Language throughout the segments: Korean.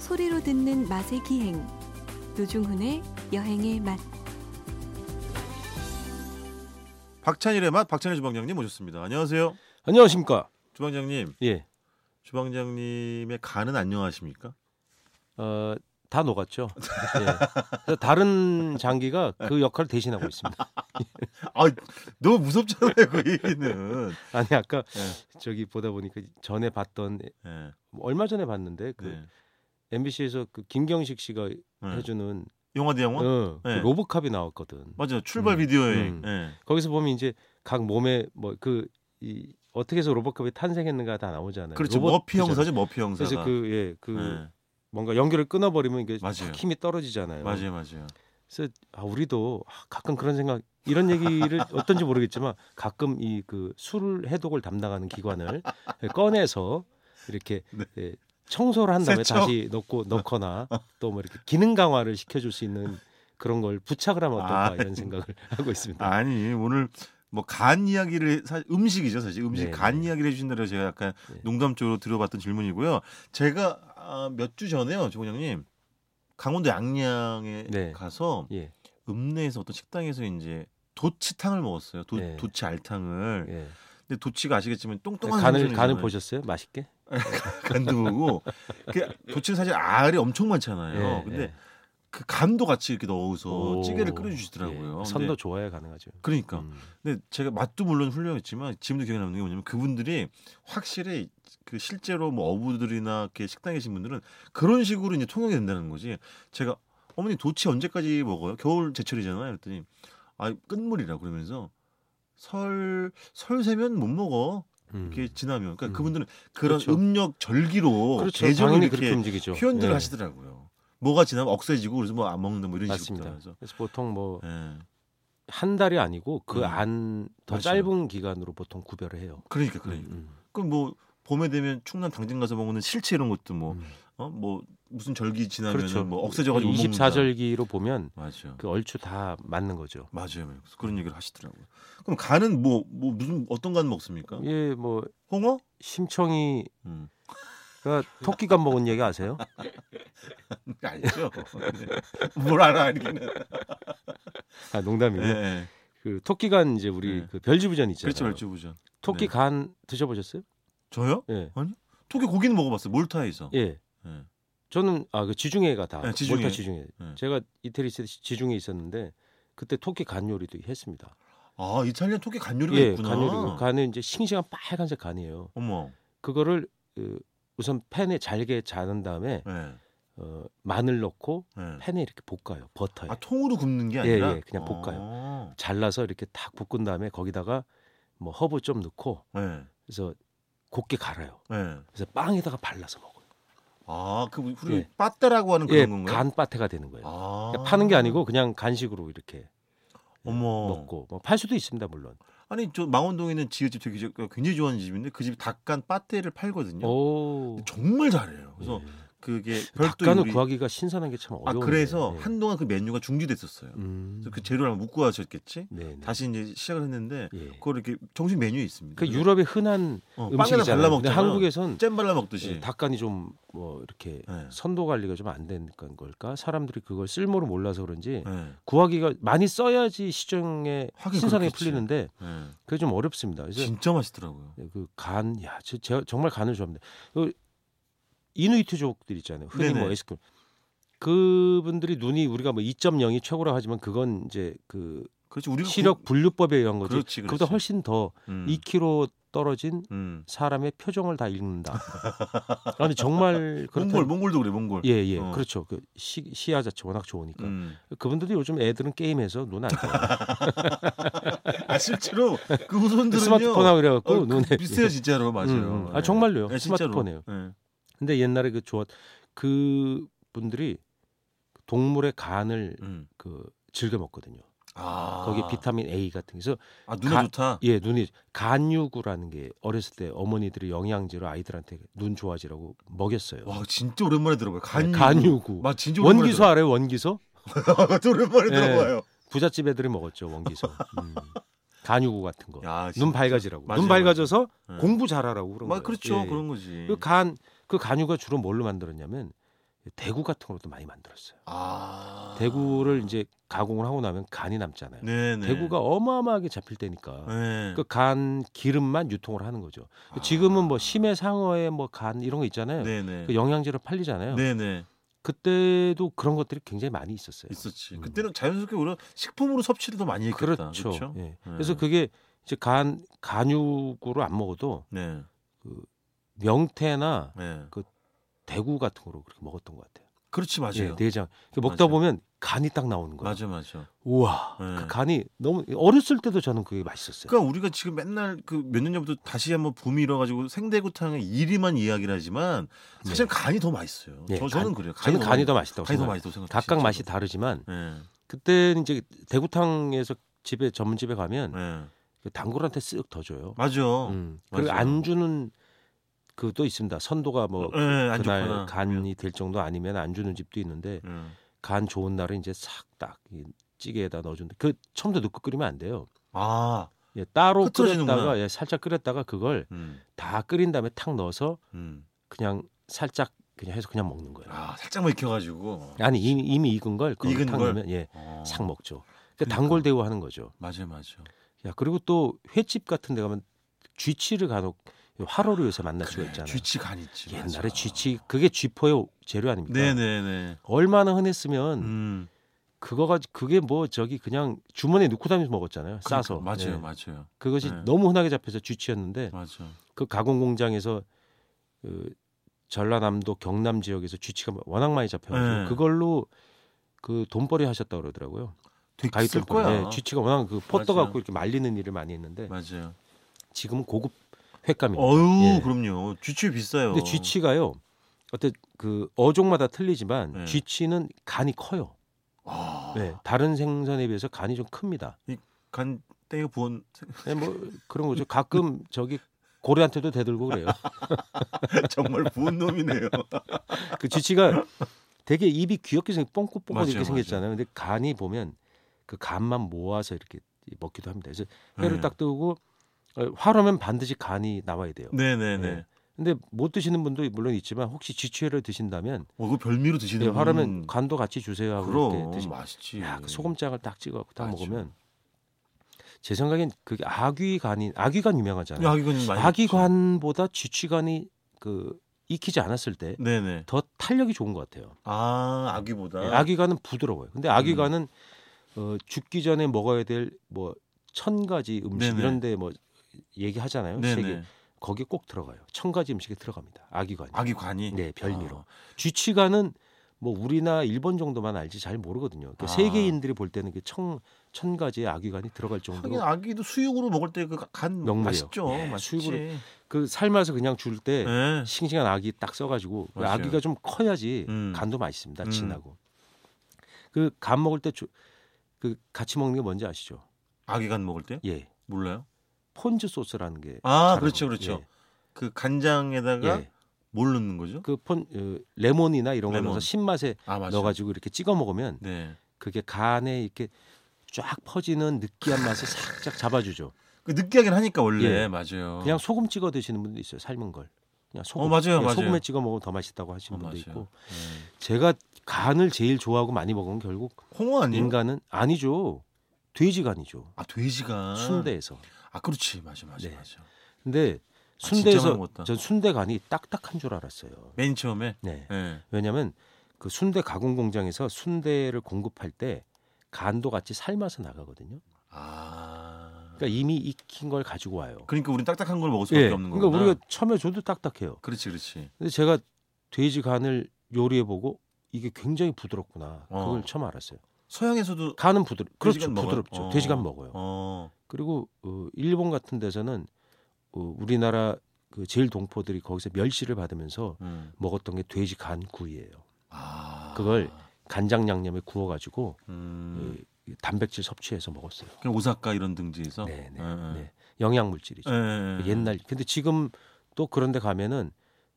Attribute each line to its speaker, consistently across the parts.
Speaker 1: 소리로 듣는 맛의 기행 노중훈의 여행의 맛
Speaker 2: 박찬일의 맛 박찬일 주방장님 모셨습니다. 안녕하세요.
Speaker 3: 안녕하십니까?
Speaker 2: 주방장님,
Speaker 3: 예,
Speaker 2: 주방장님의 간은 안녕하십니까?
Speaker 3: 어, 다 녹았죠. 예. 그래서 다른 장기가 그 역할을 대신하고 있습니다.
Speaker 2: 아, 너무 무섭잖아요, 그 얘기는.
Speaker 3: 아니 아까
Speaker 2: 예.
Speaker 3: 저기 보다 보니까 전에 봤던
Speaker 2: 네,
Speaker 3: 얼마 전에 봤는데 그
Speaker 2: 네.
Speaker 3: MBC에서 그 김경식 씨가
Speaker 2: 네.
Speaker 3: 해주는
Speaker 2: 영화 대 영화?
Speaker 3: 어, 그렇죠. 그
Speaker 2: 네.
Speaker 3: 로보캅이 나왔거든.
Speaker 2: 맞아요. 출발
Speaker 3: 음,
Speaker 2: 비디오 여행.
Speaker 3: 음.
Speaker 2: 네.
Speaker 3: 거기서 보면 이제 각 몸에 뭐 뭐그이 어떻게 해서 로보캅이 탄생했는가 다 나오잖아요.
Speaker 2: 그렇죠.
Speaker 3: 로봇
Speaker 2: 머피
Speaker 3: 그잖아요.
Speaker 2: 형사죠, 머피 형사가.
Speaker 3: 그래서 그 예, 그
Speaker 2: 네.
Speaker 3: 뭔가 연결을 끊어버리면 이게
Speaker 2: 맞아요.
Speaker 3: 탁 힘이 떨어지잖아요.
Speaker 2: 맞아요, 맞아요.
Speaker 3: 그래서 아, 우리도 아, 가끔 그런 생각 이런 얘기를 어떤지 모르겠지만 가끔 이 그 술 해독을 담당하는 기관을 꺼내서 이렇게
Speaker 2: 네.
Speaker 3: 예, 청소를 한 다음에
Speaker 2: 세척.
Speaker 3: 다시 넣고 넣거나 또 뭐 이렇게 기능 강화를 시켜줄 수 있는 그런 걸 부착을 하면 어떨까
Speaker 2: 아.
Speaker 3: 이런 생각을 하고 있습니다.
Speaker 2: 아니, 오늘 뭐 간 이야기를 사, 음식이죠, 사실. 음식
Speaker 3: 네,
Speaker 2: 간
Speaker 3: 네.
Speaker 2: 이야기를 해 주신다고 제가 약간
Speaker 3: 네.
Speaker 2: 농담적으로 들어봤던 질문이고요. 제가 아, 몇 주 전에요, 주방장님. 강원도 양양에
Speaker 3: 네.
Speaker 2: 가서
Speaker 3: 예,
Speaker 2: 읍내에서 어떤 식당에서 이제 도치탕을 먹었어요. 도,
Speaker 3: 네.
Speaker 2: 도치 알탕을.
Speaker 3: 예.
Speaker 2: 근데 도치가 아시겠지만 뚱뚱한
Speaker 3: 간을
Speaker 2: 생선이잖아요.
Speaker 3: 간을 보셨어요? 맛있게?
Speaker 2: 간도 보고. 그 도치는 사실 알이 엄청 많잖아요.
Speaker 3: 예,
Speaker 2: 네. 어, 근데
Speaker 3: 예.
Speaker 2: 그 간도 같이 이렇게 넣어서
Speaker 3: 오,
Speaker 2: 찌개를
Speaker 3: 예.
Speaker 2: 끓여주시더라고요.
Speaker 3: 선도
Speaker 2: 근데
Speaker 3: 좋아야 가능하죠.
Speaker 2: 그러니까.
Speaker 3: 음.
Speaker 2: 근데 제가 맛도 물론 훌륭했지만 지금도 기억에 남는 게 뭐냐면 그분들이 확실히 그 실제로 뭐 어부들이나 이렇게 식당에 계신 분들은 그런 식으로 이제 통용이 된다는 거지. 제가 어머니 도치 언제까지 먹어요? 겨울 제철이잖아요. 그랬더니 아 끝물이라 그러면서 설 설세면 못 먹어.
Speaker 3: 음.
Speaker 2: 이렇게 지나면 그러니까
Speaker 3: 음.
Speaker 2: 그분들은 그런
Speaker 3: 그렇죠.
Speaker 2: 음력 절기로
Speaker 3: 그렇죠.
Speaker 2: 계절을
Speaker 3: 당연히
Speaker 2: 이렇게
Speaker 3: 그렇게 움직이죠.
Speaker 2: 표현들을
Speaker 3: 예.
Speaker 2: 하시더라고요. 뭐가 지나면 억세지고 그래서 뭐 안 먹는다 뭐 이런
Speaker 3: 맞습니다.
Speaker 2: 식으로.
Speaker 3: 그래서 보통 뭐
Speaker 2: 그래서 예.
Speaker 3: 한 달이 아니고 그
Speaker 2: 음.
Speaker 3: 안 더
Speaker 2: 맞아요.
Speaker 3: 짧은 기간으로 보통 구별을 해요.
Speaker 2: 그러니까 그러니까.
Speaker 3: 음,
Speaker 2: 그럼 뭐 봄에 되면 충남 당진 가서 먹는 실치 이런 것도 뭐 어 뭐
Speaker 3: 음.
Speaker 2: 무슨 절기 지나면
Speaker 3: 그렇죠.
Speaker 2: 뭐 억세져 가지고
Speaker 3: 24절기로 보면
Speaker 2: 맞아요.
Speaker 3: 그 얼추 다 맞는 거죠.
Speaker 2: 맞아요. 그래서 그런
Speaker 3: 음.
Speaker 2: 얘기를 하시더라고요. 그럼 간은 뭐 뭐 무슨 어떤 간 먹습니까?
Speaker 3: 예, 뭐
Speaker 2: 홍어?
Speaker 3: 심청이가
Speaker 2: 음.
Speaker 3: 토끼간 먹은 얘기 아세요?
Speaker 2: 알죠. 네. 음, 뭘 알아 알기는.
Speaker 3: 아,
Speaker 2: 예.
Speaker 3: 농담이고. 요
Speaker 2: 예.
Speaker 3: 그 토끼간 이제 우리
Speaker 2: 네.
Speaker 3: 그 별지부전 있잖아요.
Speaker 2: 그렇죠, 알죠, 보죠. 네.
Speaker 3: 토끼간 드셔 보셨어요?
Speaker 2: 저요?
Speaker 3: 예.
Speaker 2: 토끼 고기는 먹어봤어요. 몰타에서.
Speaker 3: 예.
Speaker 2: 예.
Speaker 3: 저는 아 그 지중해가 다
Speaker 2: 네, 지중해.
Speaker 3: 몰타 지중해.
Speaker 2: 네.
Speaker 3: 제가 이태리 시- 지중해에 있었는데 그때 토끼 간 요리도 했습니다.
Speaker 2: 아 이탈리아 토끼 간 요리가
Speaker 3: 예,
Speaker 2: 있구나.
Speaker 3: 간 요리. 간은 이제 싱싱한 빨간색 간이에요.
Speaker 2: 어머.
Speaker 3: 그거를 그 우선 팬에 잘게 자른 다음에
Speaker 2: 예.
Speaker 3: 어, 마늘 넣고
Speaker 2: 예.
Speaker 3: 팬에 이렇게 볶아요 버터에
Speaker 2: 아 통으로 굽는 게
Speaker 3: 예,
Speaker 2: 아니라. 어.
Speaker 3: 예, 그냥
Speaker 2: 볶아요.
Speaker 3: 잘라서 이렇게 탁 볶은 다음에 거기다가 뭐 허브 좀 넣고
Speaker 2: 예.
Speaker 3: 그래서 곱게 갈아요
Speaker 2: 예.
Speaker 3: 그래서 빵에다가 발라서 먹어요
Speaker 2: 아그 우리
Speaker 3: 예.
Speaker 2: 빠떼라고 하는 그런
Speaker 3: 예,
Speaker 2: 건가요?
Speaker 3: 간빠테가 되는 거예요
Speaker 2: 아.
Speaker 3: 그러니까 파는 게 아니고 그냥 간식으로 이렇게
Speaker 2: 어머.
Speaker 3: 먹고 뭐 팔 수도 있습니다 물론
Speaker 2: 아니 저 망원동에 있는 지읒집 되게 저- 굉장히 좋아하는 집인데 그 집 닭간 빠떼를 팔거든요.
Speaker 3: 오 예.
Speaker 2: 정말 잘해요. 그래서 그게 별도
Speaker 3: 닭간을
Speaker 2: 요리-
Speaker 3: 구하기가 신선한 게 참
Speaker 2: 아
Speaker 3: 어려운데
Speaker 2: 그래서
Speaker 3: 예.
Speaker 2: 한동안 그 메뉴가 중지됐었어요.
Speaker 3: 음.
Speaker 2: 그래서 그 재료랑 묶고 하셨겠지.
Speaker 3: 네, 네.
Speaker 2: 다시 이제 시작을 했는데
Speaker 3: 예.
Speaker 2: 그걸 이렇게 정식 메뉴에 있습니다.
Speaker 3: 그 유럽의 흔한
Speaker 2: 어, 빵에다 발라
Speaker 3: 음식이잖아요 근데
Speaker 2: 먹잖아요.
Speaker 3: 한국에선
Speaker 2: 잼 발라 먹듯이.
Speaker 3: 예, 닭간이 좀 뭐 이렇게
Speaker 2: 예.
Speaker 3: 선도 관리가 좀 안 되는 걸까? 사람들이 그걸 쓸모를 몰라서 그런지
Speaker 2: 예.
Speaker 3: 구하기가 많이 써야지 시중에
Speaker 2: 하긴
Speaker 3: 신선하게
Speaker 2: 그렇겠지.
Speaker 3: 풀리는데
Speaker 2: 예.
Speaker 3: 그게 좀 어렵습니다. 그래서
Speaker 2: 진짜 맛있더라고요.
Speaker 3: 그 간, 야, 저, 제가 정말 간을 좋아합니다. 그 이누이트족들 있잖아요. 흔히
Speaker 2: 네네.
Speaker 3: 뭐 에스크 그분들이 눈이 우리가 뭐 2.0이 최고라고 하지만 그건 이제 그
Speaker 2: 그렇지 우리가
Speaker 3: 시력
Speaker 2: 그-
Speaker 3: 분류법에 의한 거지.
Speaker 2: 그렇지,
Speaker 3: 그보다
Speaker 2: 그렇지.
Speaker 3: 훨씬 더
Speaker 2: 음.
Speaker 3: 2kg 떨어진
Speaker 2: 음.
Speaker 3: 사람의 표정을 다 읽는다. 아니 정말 그렇다.
Speaker 2: 몽골 몽골도 그래 몽골.
Speaker 3: 예, 예.
Speaker 2: 어.
Speaker 3: 그렇죠. 그 시, 시야 자체 워낙 좋으니까.
Speaker 2: 음.
Speaker 3: 그분들도 요즘 애들은 게임해서 눈 안 떠요.
Speaker 2: 아 실제로 그 후손들은요.
Speaker 3: 스마트폰하고
Speaker 2: 어,
Speaker 3: 이래갖고
Speaker 2: 그
Speaker 3: 눈에.
Speaker 2: 비슷해요 진짜로 맞아요.
Speaker 3: 음, 음. 아,
Speaker 2: 예.
Speaker 3: 정말로요.
Speaker 2: 예, 진짜로.
Speaker 3: 스마트폰이에요.
Speaker 2: 예.
Speaker 3: 근데 옛날에 그 좋았, 그 분들이 동물의 간을
Speaker 2: 음.
Speaker 3: 그 즐겨 먹거든요.
Speaker 2: 아
Speaker 3: 거기에 비타민 A 같은 게. 그래서
Speaker 2: 아 눈에
Speaker 3: 가-
Speaker 2: 좋다.
Speaker 3: 예, 눈이 간유구라는 게 어렸을 때 어머니들이 영양제로 아이들한테 눈 좋아지라고 먹였어요.
Speaker 2: 와 진짜 오랜만에 들어봐요.
Speaker 3: 네,
Speaker 2: 간유.
Speaker 3: 간유구.
Speaker 2: 막 진짜 오랜만에
Speaker 3: 원기소 알아요? 원기소?
Speaker 2: 들어봐요. 오랜만에
Speaker 3: 예.
Speaker 2: 들어봐요.
Speaker 3: 부잣집 애들이 먹었죠, 원기소. 음. 간유구 같은 거.
Speaker 2: 야, 진짜.
Speaker 3: 눈 밝아지라고.
Speaker 2: 맞아요,
Speaker 3: 눈 밝아져서
Speaker 2: 예.
Speaker 3: 공부 잘하라고 그런
Speaker 2: 막
Speaker 3: 거예요.
Speaker 2: 그렇죠
Speaker 3: 예.
Speaker 2: 그런 거지.
Speaker 3: 그 간, 그 간유가 주로 뭘로 만들었냐면 대구 같은 걸로도 많이 만들었어요.
Speaker 2: 아.
Speaker 3: 대구를 이제 가공을 하고 나면 간이 남잖아요.
Speaker 2: 네네.
Speaker 3: 대구가 어마어마하게 잡힐 때니까
Speaker 2: 네. 아.
Speaker 3: 그 간 기름만 유통을 하는 거죠. 지금은 뭐 심해 상어에 뭐 간 이런 거 있잖아요.
Speaker 2: 네네.
Speaker 3: 그 영양제로 팔리잖아요.
Speaker 2: 네네.
Speaker 3: 그때도 그런 것들이 굉장히 많이 있었어요.
Speaker 2: 있었지.
Speaker 3: 음.
Speaker 2: 그때는 자연스럽게 우리가 식품으로 섭취를 더 많이 했겠다.
Speaker 3: 그렇죠.
Speaker 2: 그렇죠.
Speaker 3: 예. 그래서 그게 이제 간 간육으로 안 먹어도
Speaker 2: 네.
Speaker 3: 명태나
Speaker 2: 네.
Speaker 3: 대구 같은 거로 그렇게 먹었던 것 같아요.
Speaker 2: 그렇지 맞아요.
Speaker 3: 예, 내장. 그 먹다
Speaker 2: 맞아요.
Speaker 3: 보면 간이 딱 나오는 거예요.
Speaker 2: 맞아 맞아.
Speaker 3: 우와.
Speaker 2: 예.
Speaker 3: 그 간이 너무 어렸을 때도 저는 그게 맛있었어요.
Speaker 2: 그러니까 우리가 지금 맨날 그 몇 년 전부터 다시 한번 붐이 일어가지고 생대구탕의 이리만 이야기를 하지만 사실 간이 더 맛있어요. 저,
Speaker 3: 예, 네. 간-
Speaker 2: 저는 그래요.
Speaker 3: 저는 간이 더 맛있다고
Speaker 2: 간이 더
Speaker 3: 생각해요.
Speaker 2: 맛있다고 생각해요.
Speaker 3: 각각
Speaker 2: 진짜로.
Speaker 3: 맛이 다르지만 음.
Speaker 2: 예.
Speaker 3: 그때 이제 대구탕에서 집에 전문집에 가면
Speaker 2: 예.
Speaker 3: 그 단골한테 쓱 더 줘요.
Speaker 2: 맞아.
Speaker 3: 음. 그리고
Speaker 2: 어, 맞아요.
Speaker 3: 안 주는 그것도 있습니다. 선도가 뭐
Speaker 2: 예, 안
Speaker 3: 그날
Speaker 2: 좋거나.
Speaker 3: 간이 될 정도 아니면 안 주는 집도 있는데
Speaker 2: 예.
Speaker 3: 간 좋은 날은 이제 싹딱 찌개에다 넣어준다. 그 처음부터 넣고 끓이면 안 돼요.
Speaker 2: 아.
Speaker 3: 예, 따로
Speaker 2: 흩어지는구나.
Speaker 3: 끓였다가 예, 살짝 끓였다가 그걸
Speaker 2: 음.
Speaker 3: 다 끓인 다음에 탁 넣어서
Speaker 2: 음.
Speaker 3: 그냥 살짝 그냥 해서 그냥 먹는 거예요.
Speaker 2: 아 살짝만 익혀가지고.
Speaker 3: 아니 이미, 이미 익은 걸 그걸
Speaker 2: 익은
Speaker 3: 탁
Speaker 2: 걸?
Speaker 3: 넣으면 예,
Speaker 2: 어.
Speaker 3: 싹 먹죠. 그러니까
Speaker 2: 그러니까.
Speaker 3: 단골 대우하는 거죠.
Speaker 2: 맞아 맞아.
Speaker 3: 야 그리고 또 횟집 같은 데 가면 쥐치를 간혹 화로를 요새 만날 수가
Speaker 2: 그래,
Speaker 3: 있잖아요.
Speaker 2: 쥐치 간 있지.
Speaker 3: 옛날에
Speaker 2: 맞아.
Speaker 3: 쥐치 그게 쥐포의 재료 아닙니까?
Speaker 2: 네네네.
Speaker 3: 얼마나 흔했으면
Speaker 2: 음.
Speaker 3: 그거가 그게 뭐 저기 그냥 주머니에 넣고 다니면서 먹었잖아요. 싸서.
Speaker 2: 그러니까,
Speaker 3: 예.
Speaker 2: 맞아요, 맞아요,
Speaker 3: 그것이
Speaker 2: 네. 어.
Speaker 3: 너무 흔하게 잡혀서 쥐치였는데
Speaker 2: 맞아요.
Speaker 3: 그 가공 공장에서 그 전라남도 경남 지역에서 쥐치가 워낙 많이 잡혀가지고
Speaker 2: 네.
Speaker 3: 그걸로 그 돈벌이 하셨다 고 그러더라고요.
Speaker 2: 되게
Speaker 3: 가위
Speaker 2: 쓸
Speaker 3: 돈벌이.
Speaker 2: 거야.
Speaker 3: 네, 쥐치가 워낙 그 포터
Speaker 2: 맞아요.
Speaker 3: 갖고 이렇게 말리는 일을 많이 했는데
Speaker 2: 맞아요.
Speaker 3: 지금은 고급 횟감입니다.
Speaker 2: 어유
Speaker 3: 예.
Speaker 2: 그럼요. 쥐치 비싸요.
Speaker 3: 근데 쥐치가요. 어때 그 어종마다 틀리지만
Speaker 2: 네.
Speaker 3: 쥐치는 간이 커요.
Speaker 2: 아,
Speaker 3: 네, 다른 생선에 비해서 간이 좀 큽니다.
Speaker 2: 간 떼어 부은
Speaker 3: 네, 뭐 그런 거죠. 가끔 저기 고래한테도 대들고 그래요.
Speaker 2: 정말 부은 놈이네요.
Speaker 3: 그 쥐치가 되게 입이 귀엽게 생 뻥긋뻥긋
Speaker 2: 맞아요,
Speaker 3: 이렇게
Speaker 2: 맞아요.
Speaker 3: 생겼잖아요. 근데 간이 보면 그 간만 모아서 이렇게 먹기도 합니다. 그래서 회를
Speaker 2: 네.
Speaker 3: 딱 뜨고 어, 화로면 반드시 간이 나와야 돼요.
Speaker 2: 네네네.
Speaker 3: 네. 근데 못 드시는 분도 물론 있지만 혹시 쥐치회를 드신다면
Speaker 2: 어, 그거 별미로
Speaker 3: 네,
Speaker 2: 드시는 분.
Speaker 3: 화로면 간도 같이 주세요 하고
Speaker 2: 그럼
Speaker 3: 이렇게 드시.
Speaker 2: 맛있지.
Speaker 3: 야, 그 소금장을 딱 찍어 갖고 딱
Speaker 2: 맞아.
Speaker 3: 먹으면 제 생각엔 그게 아귀간이 아귀간 유명하잖아요.
Speaker 2: 아기관이 많이.
Speaker 3: 아기관보다 쥐치관이 그 익히지 않았을 때 더
Speaker 2: 네네.
Speaker 3: 탄력이 좋은 것 같아요.
Speaker 2: 아 아기보다. 음.
Speaker 3: 예, 아기관은 부드러워요. 근데 아기관은 어, 죽기 전에 먹어야 될 뭐 천 가지 음식
Speaker 2: 네네.
Speaker 3: 이런데 뭐 얘기하잖아요. 세계
Speaker 2: 네네.
Speaker 3: 거기 에꼭 들어가요. 천 가지 음식에 들어갑니다. 아기관.
Speaker 2: 아기관이.
Speaker 3: 네 별미로.
Speaker 2: 아,
Speaker 3: 쥐치관은 뭐 우리나 일본 정도만 알지 잘 모르거든요. 그
Speaker 2: 아.
Speaker 3: 세계인들이 볼 때는 그천천 가지의 아기관이 들어갈
Speaker 2: 하긴
Speaker 3: 정도로
Speaker 2: 아기도 수육으로 먹을 때 그 간
Speaker 3: 명물이에요.
Speaker 2: 맛있죠.
Speaker 3: 예,
Speaker 2: 맛있지.
Speaker 3: 수육으로 그 삶아서 그냥 줄때
Speaker 2: 네.
Speaker 3: 싱싱한 아기 딱 써가지고 그
Speaker 2: 맞아요.
Speaker 3: 아기가 좀 커야지
Speaker 2: 음.
Speaker 3: 간도 맛있습니다.
Speaker 2: 음.
Speaker 3: 진하고 그 간 먹을 때 그 같이 먹는 게 뭔지 아시죠?
Speaker 2: 아기간 먹을 때
Speaker 3: 예,
Speaker 2: 몰라요?
Speaker 3: 폰즈 소스라는 게
Speaker 2: 아
Speaker 3: 잘하고.
Speaker 2: 그렇죠 그렇죠. 그 간장에다가
Speaker 3: 예, 예.
Speaker 2: 뭘 넣는 거죠?
Speaker 3: 그폰 어, 레몬이나 이런 걸
Speaker 2: 레몬.
Speaker 3: 넣어서 신맛에
Speaker 2: 아 맞아.
Speaker 3: 넣어가지고 이렇게 찍어 먹으면
Speaker 2: 네.
Speaker 3: 그게 간에 이렇게 쫙 퍼지는 느끼한 맛을 살짝 잡아주죠.
Speaker 2: 그 느끼하긴 하니까 원래
Speaker 3: 예.
Speaker 2: 맞아요.
Speaker 3: 그냥 소금 찍어 드시는 분도 있어요. 삶은 걸. 그냥 소금.
Speaker 2: 어, 맞아요,
Speaker 3: 예,
Speaker 2: 맞아요.
Speaker 3: 소금에 찍어 먹으면 더 맛있다고
Speaker 2: 어,
Speaker 3: 하시는 분도
Speaker 2: 맞아요.
Speaker 3: 있고
Speaker 2: 예.
Speaker 3: 제가 간을 제일 좋아하고 많이 먹으면 결국
Speaker 2: 홍어 아니에요?
Speaker 3: 인간은 아니죠. 돼지간이죠.
Speaker 2: 아 돼지가
Speaker 3: 순대에서.
Speaker 2: 아 그렇지 맞아 맞아
Speaker 3: 네.
Speaker 2: 맞아.
Speaker 3: 근데
Speaker 2: 아, 진짜 많이
Speaker 3: 순대에서
Speaker 2: 먹었다.
Speaker 3: 전 순대간이 딱딱한 줄 알았어요.
Speaker 2: 맨 처음에
Speaker 3: 네.
Speaker 2: 예.
Speaker 3: 왜냐면 그 순대 가공 공장에서 순대를 공급할 때 간도 같이 삶아서 나가거든요.
Speaker 2: 아
Speaker 3: 그러니까 이미 익힌 걸 가지고 와요.
Speaker 2: 그러니까 우린 딱딱한 걸 먹을 수밖에
Speaker 3: 예,
Speaker 2: 없는
Speaker 3: 그러니까
Speaker 2: 거구나.
Speaker 3: 우리가 처음에 저도 딱딱해요.
Speaker 2: 그렇지 그렇지.
Speaker 3: 근데 제가 돼지 간을 요리해 보고 이게 굉장히 부드럽구나.
Speaker 2: 어.
Speaker 3: 그걸 처음 알았어요.
Speaker 2: 서양에서도
Speaker 3: 간은 부드 그렇죠.
Speaker 2: 돼지간 먹어요?
Speaker 3: 부드럽죠.
Speaker 2: 어.
Speaker 3: 돼지간 먹어요.
Speaker 2: 어
Speaker 3: 그리고 어, 일본 같은 데서는 어, 우리나라 그 제일 동포들이 거기서 멸시를 받으면서
Speaker 2: 음.
Speaker 3: 먹었던 게 돼지 간구이예요.
Speaker 2: 아
Speaker 3: 그걸 예. 간장 양념에 구워가지고
Speaker 2: 음.
Speaker 3: 이 단백질 섭취해서 먹었어요.
Speaker 2: 그냥 오사카 이런 등지에서
Speaker 3: 네, 네,
Speaker 2: 예, 예.
Speaker 3: 네. 영양물질이죠.
Speaker 2: 예, 예, 예.
Speaker 3: 옛날 근데 지금 또 그런데 가면은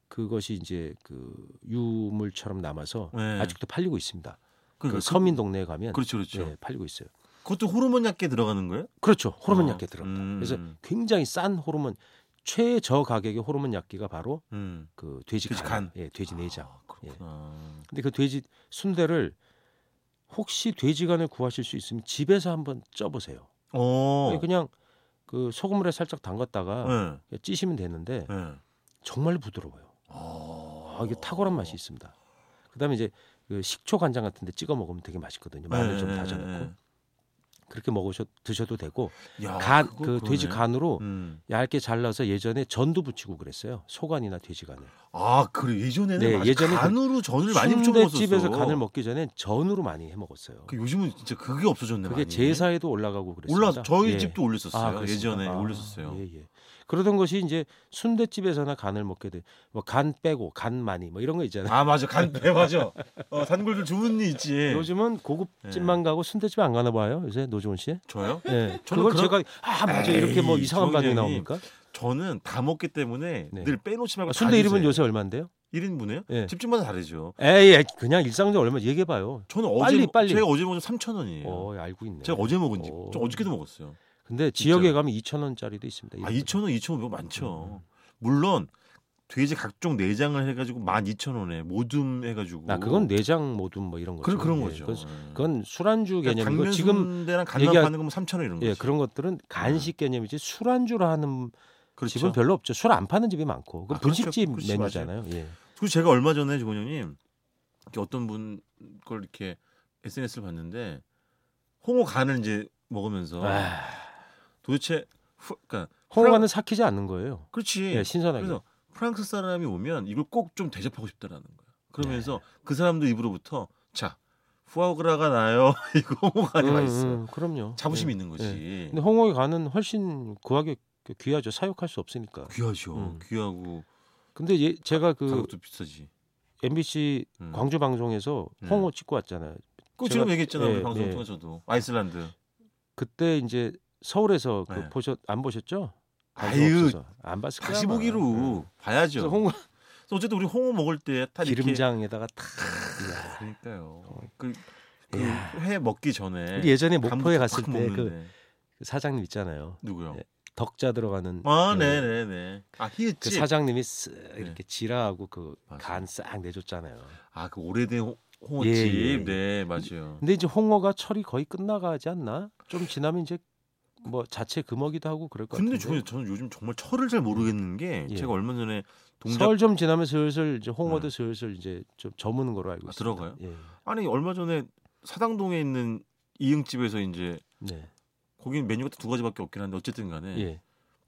Speaker 3: 그것이 이제 그 유물처럼 남아서
Speaker 2: 네.
Speaker 3: 아직도 팔리고 있습니다. 그
Speaker 2: 그러니까 그-
Speaker 3: 서민 동네에 가면
Speaker 2: 그렇죠 그렇죠.
Speaker 3: 예, 팔리고 있어요.
Speaker 2: 그것도 호르몬 약게 들어가는 거예요?
Speaker 3: 그렇죠. 호르몬
Speaker 2: 어,
Speaker 3: 약계 들어갑니다.
Speaker 2: 음,
Speaker 3: 그래서
Speaker 2: 음,
Speaker 3: 굉장히 싼 호르몬 최저 가격의 호르몬 약계가 바로
Speaker 2: 음.
Speaker 3: 그 돼지
Speaker 2: 돼지
Speaker 3: 간,
Speaker 2: 간.
Speaker 3: 예, 돼지 내장.
Speaker 2: 아, 그렇구나. 그렇구나.
Speaker 3: 근데 그 돼지 순대를 혹시 돼지간을 구하실 수 있으면 집에서 한번 쪄보세요. 예,
Speaker 2: 어.
Speaker 3: 그냥 그 소금물에 살짝 담갔다가
Speaker 2: 예.
Speaker 3: 찌시면 되는데
Speaker 2: 예.
Speaker 3: 정말 부드러워요.
Speaker 2: 어.
Speaker 3: 아, 이게 탁월한 맛이 있습니다. 그다음에 이제 그 식초 간장 같은데 찍어 먹으면 되게 맛있거든요. 마늘 좀
Speaker 2: 예,
Speaker 3: 다져
Speaker 2: 예,
Speaker 3: 넣고
Speaker 2: 예.
Speaker 3: 그렇게 먹으셔 드셔도 되고
Speaker 2: 야,
Speaker 3: 간
Speaker 2: 아, 그거
Speaker 3: 그 돼지
Speaker 2: 그러네.
Speaker 3: 간으로
Speaker 2: 음.
Speaker 3: 얇게 잘라서 예전에 전도 붙이고 그랬어요. 소간이나 돼지간을.
Speaker 2: 아 그래 예전에는
Speaker 3: 네,
Speaker 2: 아직
Speaker 3: 예전에 그
Speaker 2: 간으로 전을 많이 붙여 먹었었어.
Speaker 3: 순대집에서 간을 먹기 전엔 전으로 많이 해 먹었어요.
Speaker 2: 그 요즘은 진짜 그게 없어졌네.
Speaker 3: 그게
Speaker 2: 많이.
Speaker 3: 제사에도 올라가고 그랬습니다.
Speaker 2: 올라 저희
Speaker 3: 예.
Speaker 2: 집도 올렸었어요.
Speaker 3: 그랬습니까?
Speaker 2: 예전에
Speaker 3: 아,
Speaker 2: 올렸었어요.
Speaker 3: 예, 예. 그러던 것이 이제 순대집에서나 간을 먹게 돼. 뭐 간 빼고 간 많이 뭐 이런 거 있잖아요.
Speaker 2: 아 예. 맞아 간배 맞아. 어, 단골들 주문이 있지.
Speaker 3: 요즘은 고급집만 가고 순대집 안 가나 봐요. 요새 노지원 씨.
Speaker 2: 저요?
Speaker 3: 예.
Speaker 2: 예. 저는
Speaker 3: 그걸
Speaker 2: 그런-
Speaker 3: 제가 아 맞아 이렇게 뭐
Speaker 2: 에이,
Speaker 3: 이상한
Speaker 2: 정재현님.
Speaker 3: 반응이 나옵니까?
Speaker 2: 저는 다 먹기 때문에
Speaker 3: 네.
Speaker 2: 늘 빼놓지 말고
Speaker 3: 아,
Speaker 2: 다
Speaker 3: 순대 이름은
Speaker 2: 드세요.
Speaker 3: 요새 얼마인데요?
Speaker 2: 1인분에요?
Speaker 3: 예.
Speaker 2: 집집마다 다르죠.
Speaker 3: 에이 에이, 그냥 일상적으로 얼마 얘기해 봐요.
Speaker 2: 저는 어제
Speaker 3: 빨리,
Speaker 2: 먹-
Speaker 3: 빨리.
Speaker 2: 제가 어제 먹은 3,000원이에요.
Speaker 3: 어 알고 있네.
Speaker 2: 예. 제가 어제 먹은 지,
Speaker 3: 오.
Speaker 2: 저 어저께도 먹었어요.
Speaker 3: 근데 지역에 가면 2천 원짜리도 있습니다.
Speaker 2: 아, 2,000원, 2,500원 많죠.
Speaker 3: 예. 음.
Speaker 2: 물론 돼지 각종 내장을 해 가지고 12,000원에 모둠 해 가지고
Speaker 3: 나 아, 그건 내장 모둠 뭐 이런 거죠.
Speaker 2: 그런 그런
Speaker 3: 예,
Speaker 2: 거죠. 음.
Speaker 3: 그건, 그건 술안주
Speaker 2: 그러니까
Speaker 3: 개념이고
Speaker 2: 당면
Speaker 3: 지금
Speaker 2: 순대랑 간만
Speaker 3: 얘기하-
Speaker 2: 파는 거면 3,000원 이런 거죠.
Speaker 3: 예 그런 것들은 간식 개념이지 술안주로 하는
Speaker 2: 음. 그렇죠.
Speaker 3: 집은 별로 없죠. 술 안 파는 집이 많고 그
Speaker 2: 아, 그렇죠.
Speaker 3: 분식집
Speaker 2: 그렇지,
Speaker 3: 메뉴잖아요. 예.
Speaker 2: 그리고 제가 얼마 전에 조건영님 이렇게 어떤 분 걸 이렇게 SNS를 봤는데 홍어 간을 이제 먹으면서
Speaker 3: 아,
Speaker 2: 도대체 후, 어. 그러니까
Speaker 3: 홍어는 삭히지 않는 거예요.
Speaker 2: 그렇지
Speaker 3: 예, 신선하게.
Speaker 2: 그래서 프랑스 사람이 오면 이걸 꼭 좀 대접하고 싶다라는 거야. 그러면서
Speaker 3: 네.
Speaker 2: 그 사람들 입으로부터 자 후아그라가 나요 이거 홍어가 음,
Speaker 3: 음,
Speaker 2: 있어
Speaker 3: 음, 그럼요.
Speaker 2: 자부심이
Speaker 3: 예.
Speaker 2: 있는 거지.
Speaker 3: 근데 홍어의 간은 훨씬 구하기 귀하죠. 사육할 수 없으니까.
Speaker 2: 귀하죠.
Speaker 3: 음.
Speaker 2: 귀하고
Speaker 3: 근데 예, 제가 그
Speaker 2: 가격도 비싸지.
Speaker 3: MBC
Speaker 2: 아, 음.
Speaker 3: 광주 방송에서
Speaker 2: 음.
Speaker 3: 홍어 찍고 왔잖아요.
Speaker 2: 그
Speaker 3: 제가-
Speaker 2: 지금 얘기했잖아
Speaker 3: 예,
Speaker 2: 우리 방송
Speaker 3: 예.
Speaker 2: 통해서도 아이슬란드.
Speaker 3: 그때 이제 서울에서 그
Speaker 2: 네.
Speaker 3: 보셨 안 보셨죠? 방송
Speaker 2: 아유
Speaker 3: 없어서. 안 봤을 거야.
Speaker 2: 다시
Speaker 3: 아마.
Speaker 2: 보기로
Speaker 3: 네.
Speaker 2: 봐야죠.
Speaker 3: 그래서 홍어
Speaker 2: 그래서 어쨌든 우리 홍어 먹을 때다
Speaker 3: 기름장에다가 탁.
Speaker 2: 이렇게 그러니까요.
Speaker 3: 이야.
Speaker 2: 그그회 먹기 전에
Speaker 3: 우리 예전에 목포에
Speaker 2: 간부터
Speaker 3: 갔을
Speaker 2: 팍
Speaker 3: 때 그
Speaker 2: 네. 먹는데.
Speaker 3: 사장님 있잖아요.
Speaker 2: 누구요?
Speaker 3: 예, 덕자 들어가는
Speaker 2: 아,
Speaker 3: 그,
Speaker 2: 네, 네, 네. 아,
Speaker 3: 그
Speaker 2: 히읗집. 네.
Speaker 3: 사장님이 쓱 이렇게 지라하고 그
Speaker 2: 맞아요.
Speaker 3: 간 싹 내줬잖아요.
Speaker 2: 아, 그 오래된 홍- 홍어집.
Speaker 3: 예, 예, 예.
Speaker 2: 네, 맞아요.
Speaker 3: 근데 이제 홍어가 철이 거의 끝나가지 않나? 좀 지나면 이제 뭐 자체 금어기도 하고 그럴 것
Speaker 2: 근데
Speaker 3: 같은데.
Speaker 2: 저, 저는 요즘 정말 철을 잘 모르겠는 게
Speaker 3: 예.
Speaker 2: 제가 얼마 전에 동작
Speaker 3: 설 좀 지나면 슬슬 이제 홍어도
Speaker 2: 네.
Speaker 3: 슬슬 이제 좀 저무는 거로 알고
Speaker 2: 아,
Speaker 3: 있습니다.
Speaker 2: 들어가요?
Speaker 3: 예.
Speaker 2: 아니 얼마 전에 사당동에 있는 이응집에서 이제
Speaker 3: 네.
Speaker 2: 거기 메뉴가 두 가지밖에 없긴 한데 어쨌든 간에
Speaker 3: 예.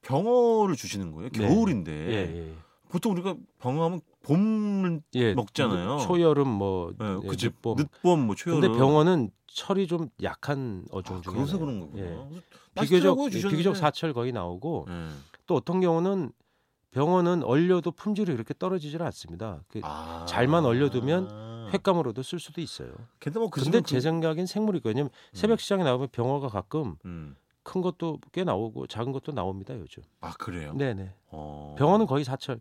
Speaker 2: 병어를 주시는 거예요.
Speaker 3: 네.
Speaker 2: 겨울인데
Speaker 3: 예. 예.
Speaker 2: 보통 우리가 병어하면 봄
Speaker 3: 예.
Speaker 2: 먹잖아요.
Speaker 3: 초여름 뭐
Speaker 2: 예,
Speaker 3: 예,
Speaker 2: 그치
Speaker 3: 늦봄.
Speaker 2: 늦봄 뭐 초여름
Speaker 3: 근데 병어는 철이 좀 약한 어종
Speaker 2: 아,
Speaker 3: 중에
Speaker 2: 그래서
Speaker 3: 하나예요.
Speaker 2: 그런 거구나.
Speaker 3: 예.
Speaker 2: 그래서
Speaker 3: 비교적
Speaker 2: 맛있더라고요,
Speaker 3: 예,
Speaker 2: 주셨는데.
Speaker 3: 비교적 사철 거의 나오고
Speaker 2: 예.
Speaker 3: 또 어떤 경우는 병어는 얼려도 품질이 그렇게 떨어지질 않습니다. 그
Speaker 2: 아.
Speaker 3: 잘만 얼려두면 횟감으로도 쓸 수도 있어요.
Speaker 2: 근데 뭐그 음.
Speaker 3: 근데
Speaker 2: 집은
Speaker 3: 제 생각엔 생물이고 왜냐면 새벽 시장에 나오면 병어가 가끔
Speaker 2: 그- 음.
Speaker 3: 큰 것도 꽤 나오고 작은 것도 나옵니다 요즘.
Speaker 2: 아 그래요.
Speaker 3: 네네.
Speaker 2: 어.
Speaker 3: 병어는 거의 사철.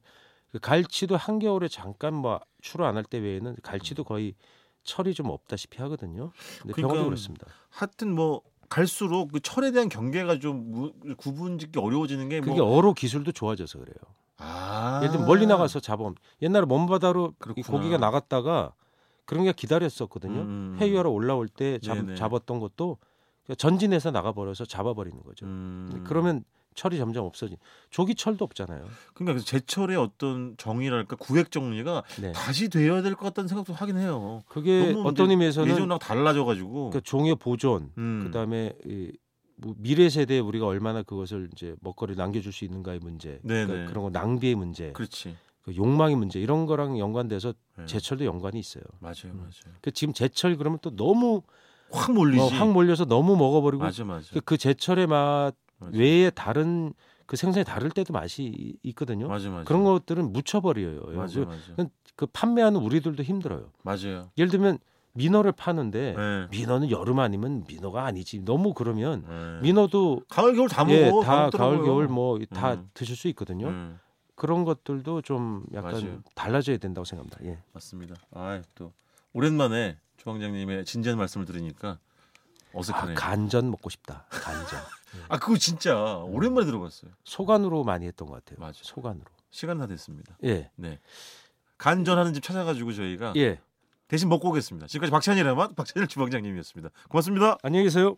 Speaker 3: 그 갈치도 한겨울에 잠깐 뭐 출하 안 할 때 외에는 갈치도 거의 철이 좀 없다시피 하거든요.
Speaker 2: 음.
Speaker 3: 근데
Speaker 2: 그러니까
Speaker 3: 병어도 그렇습니다.
Speaker 2: 하여튼 뭐 갈수록 그 철에 대한 경계가 좀 무- 구분짓기 어려워지는 게
Speaker 3: 그게
Speaker 2: 뭐.
Speaker 3: 어로 기술도 좋아져서 그래요.
Speaker 2: 아.
Speaker 3: 예를 들면 멀리 나가서 잡음. 옛날에 먼 바다로 이
Speaker 2: 그렇구나.
Speaker 3: 고기가 나갔다가 그런 게 기다렸었거든요.
Speaker 2: 음, 음.
Speaker 3: 회유하러 올라올 때 잡,
Speaker 2: 네네.
Speaker 3: 잡았던 것도 그냥 전진해서 나가버려서 잡아버리는 거죠.
Speaker 2: 음.
Speaker 3: 그러면 철이 점점 없어지. 조기 철도 없잖아요.
Speaker 2: 그러니까 그래서 제철의 어떤 정의랄까 구획 정리가
Speaker 3: 네.
Speaker 2: 다시 되어야 될 것 같다는 생각도 하긴 해요.
Speaker 3: 그게
Speaker 2: 너무
Speaker 3: 어떤
Speaker 2: 이제
Speaker 3: 의미에서는
Speaker 2: 예전랑 달라져가지고.
Speaker 3: 그 종의 보존,
Speaker 2: 음.
Speaker 3: 그다음에 이, 뭐 미래 세대에 우리가 얼마나 그것을 이제 먹거리 남겨줄 수 있는가의 문제,
Speaker 2: 네네.
Speaker 3: 그러니까 그런 거 낭비의 문제,
Speaker 2: 그렇지.
Speaker 3: 그 욕망의 문제 이런 거랑 연관돼서
Speaker 2: 예.
Speaker 3: 제철도 연관이 있어요.
Speaker 2: 맞아요, 맞아요.
Speaker 3: 그 지금 제철 그러면 또 너무
Speaker 2: 확 몰리지.
Speaker 3: 어, 확 몰려서 너무 먹어버리고
Speaker 2: 맞아, 맞아.
Speaker 3: 그, 그 제철의 맛
Speaker 2: 맞아.
Speaker 3: 외에 다른 그 생선이 다를 때도 맛이 이- 있거든요.
Speaker 2: 맞아, 맞아.
Speaker 3: 그런 것들은 묻혀버려요.
Speaker 2: 맞아,
Speaker 3: 그,
Speaker 2: 맞아.
Speaker 3: 그 판매하는 우리들도 힘들어요.
Speaker 2: 맞아요.
Speaker 3: 예를 들면 민어를 파는데
Speaker 2: 예.
Speaker 3: 민어는 여름 아니면 민어가 아니지. 너무 그러면
Speaker 2: 예.
Speaker 3: 민어도
Speaker 2: 가을 겨울 다 먹어.
Speaker 3: 예,
Speaker 2: 다
Speaker 3: 다
Speaker 2: 먹더라고요.
Speaker 3: 가을 겨울 뭐 다
Speaker 2: 음.
Speaker 3: 드실 수 있거든요.
Speaker 2: 음,
Speaker 3: 그런 것들도 좀 약간
Speaker 2: 맞아요.
Speaker 3: 달라져야 된다고 생각합니다. 예.
Speaker 2: 맞습니다. 아, 또 오랜만에 조항장님의 진지한 말씀을 들으니까
Speaker 3: 아,
Speaker 2: 어색하네요. 아,
Speaker 3: 간전 먹고 싶다. 간전.
Speaker 2: 그거 진짜 오랜만에 들어봤어요.
Speaker 3: 소간으로 많이 했던 것 같아요.
Speaker 2: 맞아요.
Speaker 3: 소간으로.
Speaker 2: 시간 다 됐습니다.
Speaker 3: 예.
Speaker 2: 네. 간전하는 집 찾아가지고 저희가
Speaker 3: 예.
Speaker 2: 대신 먹고 오겠습니다. 지금까지 박찬일의 맛 박찬일 주방장님이었습니다. 고맙습니다.
Speaker 3: 안녕히 계세요.